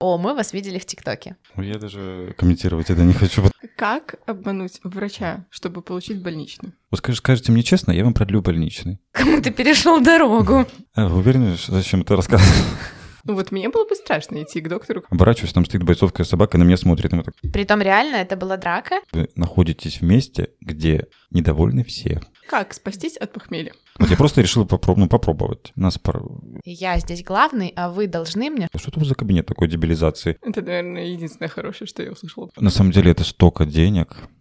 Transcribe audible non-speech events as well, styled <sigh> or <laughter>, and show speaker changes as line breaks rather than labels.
О, мы вас видели в ТикТоке.
Ну, Я даже комментировать это не хочу.
Как обмануть врача, чтобы получить больничный?
Вот скажешь- скажете мне честно, я вам продлю больничный.
Кому ты перешел дорогу?
А, вы уверены, что- зачем это рассказывать? <laughs>
Ну вот мне было бы страшно идти к доктору.
Оборачиваюсь, там стоит бойцовская собака, на меня смотрит. И мы так,
Притом реально это была драка.
вы находитесь в месте, где недовольны все.
Как спастись от похмелья?
Вот я просто решил попробовать, ну, попробовать. Нас пор-
Я здесь главный, а вы должны мне.
Что тут за кабинет такой дебилизации?
Это, наверное, единственное хорошее, что я услышала.
На самом деле это столько денег.